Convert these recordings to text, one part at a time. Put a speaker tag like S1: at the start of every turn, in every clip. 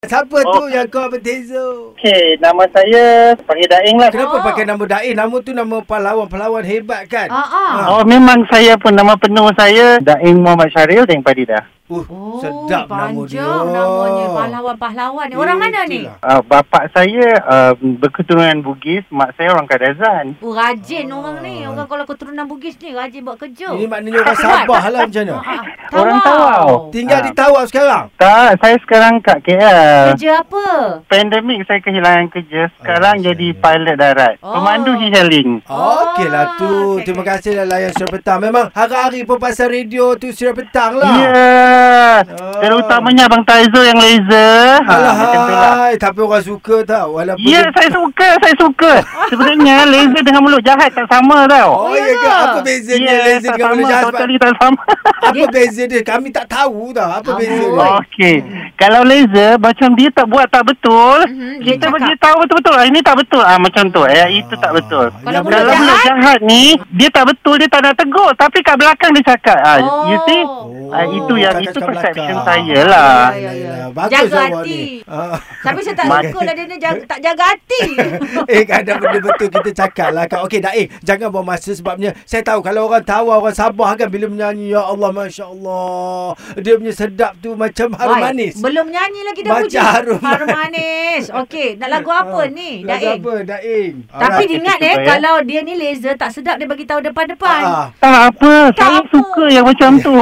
S1: Siapa tu
S2: Oh.
S1: yang kau berbeza?
S3: Okey, nama saya panggil Daeng lah.
S1: Kenapa
S2: Oh.
S1: pakai nama Dain? Nama tu nama pahlawan-pahlawan hebat kan?
S2: Ah, ah.
S1: Ah.
S3: Oh, memang saya pun nama penuh saya Daeng Muhammad Syaril Daeng Padida.
S1: Uh,
S2: Oh,
S1: sedap nama dia.
S2: panjang namanya. Pahlawan-pahlawan. ni. Orang mana ni?
S1: Itulah.
S3: Uh, bapak saya uh, berketurunan Bugis, mak saya orang Kadazan.
S2: Oh, rajin
S1: Ah.
S2: orang ni. Orang kalau keturunan Bugis ni, rajin buat kerja.
S1: Ini maknanya orang Sabah lah macam mana?
S2: Ah, ah.
S3: Eh, Orang Tawau.
S1: Tinggal
S3: Ah.
S1: di Tawau sekarang.
S3: Tak, saya sekarang kat KL.
S2: Kerja apa?
S3: Pandemik saya kehilangan kerja. Sekarang
S1: Oh,
S3: jadi
S1: saya.
S3: pilot darat.
S2: Oh.
S3: Pemandu healing.
S2: Ah,
S1: Okeylah lah tu.
S2: okey,
S1: Terima
S2: okey.
S1: kasih dah layan Surya Petang. Memang hari-hari pun pasal radio tu Surya Petang
S3: Ya.
S1: lah.
S3: Yeah.
S1: Oh.
S3: Terutamanya Abang Taizo yang laser. Ha, macam tu lah.
S1: Alahai, tapi orang suka tau. Walaupun
S3: Ya, saya suka, saya suka. Sebenarnya laser dengan mulut jahat tak sama
S1: Oh,
S3: tau.
S2: Oh,
S1: ya
S2: ya
S1: ke?
S2: ke?
S1: Apa bezanya yeah, laser
S3: tak
S1: dengan
S3: sama,
S1: mulut jahat? Sebab
S3: totally tak sama.
S1: apa beza dia? Kami tak tahu tau. Apa
S2: Amboi.
S1: beza dia?
S2: Oi.
S3: Okey. Kalau laser macam dia tak buat tak betul,
S2: Mhm, dia
S3: Mm-hmm. kita
S2: cakap.
S3: bagi tahu betul-betul. Ah, ini tak betul. Ah macam tu. Eh, itu tak betul.
S1: Ah,
S2: Kalau
S1: yang
S2: mulut
S3: Kalau
S1: betul-
S3: mulut jahat ni, dia tak betul, dia tak nak tegur. Tapi kat belakang dia cakap. Ah,
S2: Oh.
S3: you see?
S1: Oh.
S3: Ah, itu yang
S1: kakak
S3: itu
S1: cakap
S3: perception
S1: belakang.
S3: saya lah.
S2: Ya, ya, ya.
S1: Yelah, Bagus lah
S2: Jaga
S1: awak
S2: hati.
S1: ni. Ah.
S2: Tapi saya tak
S1: Makan.
S2: suka lah dia ni jaga, tak jaga hati.
S1: eh kadang benda betul kita cakap lah kak. Okey dah eh jangan buang masa sebabnya saya tahu kalau orang tahu orang Sabah kan bila menyanyi ya Allah masya-Allah dia punya sedap tu macam harum
S2: Baik.
S1: manis.
S2: Belum nyanyi lagi dah
S1: Baca
S2: puji.
S1: harum
S2: harum manis. Okey, nak lagu apa ni?
S1: Lagu Ah,
S2: Daeng.
S1: apa Daeng?
S2: Tapi
S3: Alright,
S2: ingat
S3: kita
S2: eh,
S3: cuba, ya.
S2: kalau dia ni laser tak sedap dia bagi tahu depan-depan.
S1: Ah.
S3: Tak apa, saya
S2: apa.
S3: suka yang macam tu.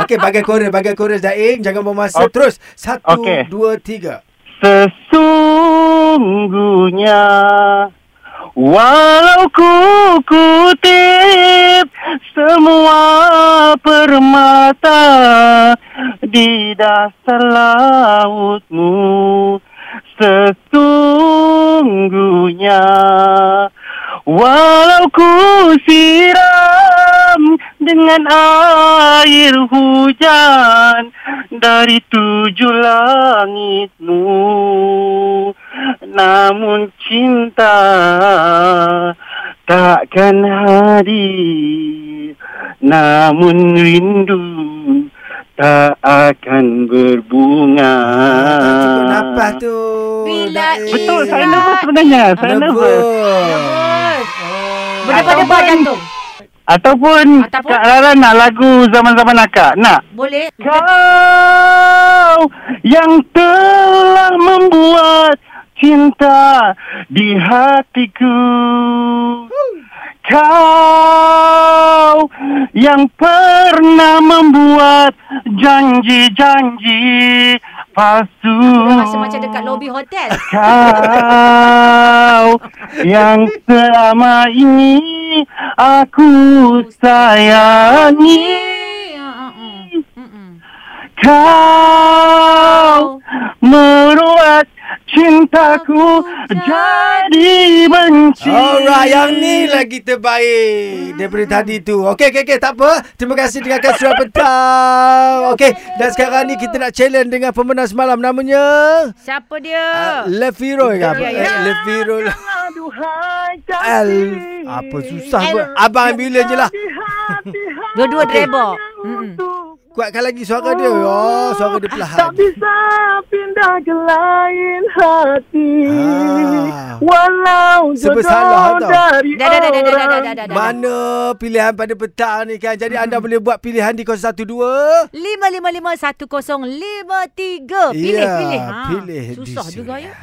S1: Okey bagai chorus bagai chorus Daeng jangan buang masa
S3: Ok.
S1: terus. Satu
S3: Okey.
S1: dua tiga.
S3: Sesungguhnya Walau ku kutip semua permata di dasar lautmu Sesungguhnya Walau ku siram dengan air hujan dari tujuh langitmu Namun cinta takkan hadir Namun rindu tak akan berbunga
S1: Cukup nafas tu. Daeng.
S2: Relax.
S3: Ah. Betul, saya nervous sebenarnya. Saya nervous.
S1: Nervous. Oh.
S2: Berdepan-depan jantung.
S3: Ataupun,
S2: Ataupun?
S3: Kak Rara nak lagu zaman-zaman akak. Nak?
S2: Boleh?
S3: Kau yang telah membuat cinta di hatiku. Kau yang pernah membuat janji-janji palsu.
S2: Rasa macam dekat lobi hotel.
S3: Kau yang selama ini aku sayangi
S2: Mm-mm. Ah, Mm-mm.
S3: Kau meruat cintaku jadi benci
S1: Alright, yang ni lagi terbaik daripada tadi tu. Okey, okey, okey, tak apa. Terima kasih dengarkan surat petang. Okey, dan sekarang ni kita nak challenge dengan pemenang semalam namanya
S2: Siapa dia?
S1: uh, Lefiro ke apa?
S2: Ah. Ya, ya.
S1: Eh, Lefiro.
S3: Aduhai
S1: Al apa susah
S2: Al-
S1: pun. Abang bila je lah.
S2: Dua-dua
S1: Okey.
S2: driver. Mm-mm.
S1: Kuatkan lagi suara dia. Oh, suara dia perlahan.
S4: Tak bisa pindah ke lain hati
S1: Ah.
S4: Walau
S1: Serba salah
S4: jodoh
S1: tau.
S4: dari
S2: Dah, dah, dah, dah, dah, dah, dah, dah, dah.
S1: Mana pilihan pada petang ni kan. Jadi anda boleh buat pilihan di 012
S2: 555105 tiga. Pilih,
S1: Ya,
S2: pilih. Ha,
S1: pilih di
S2: Susah juga
S1: Suria.
S2: ya.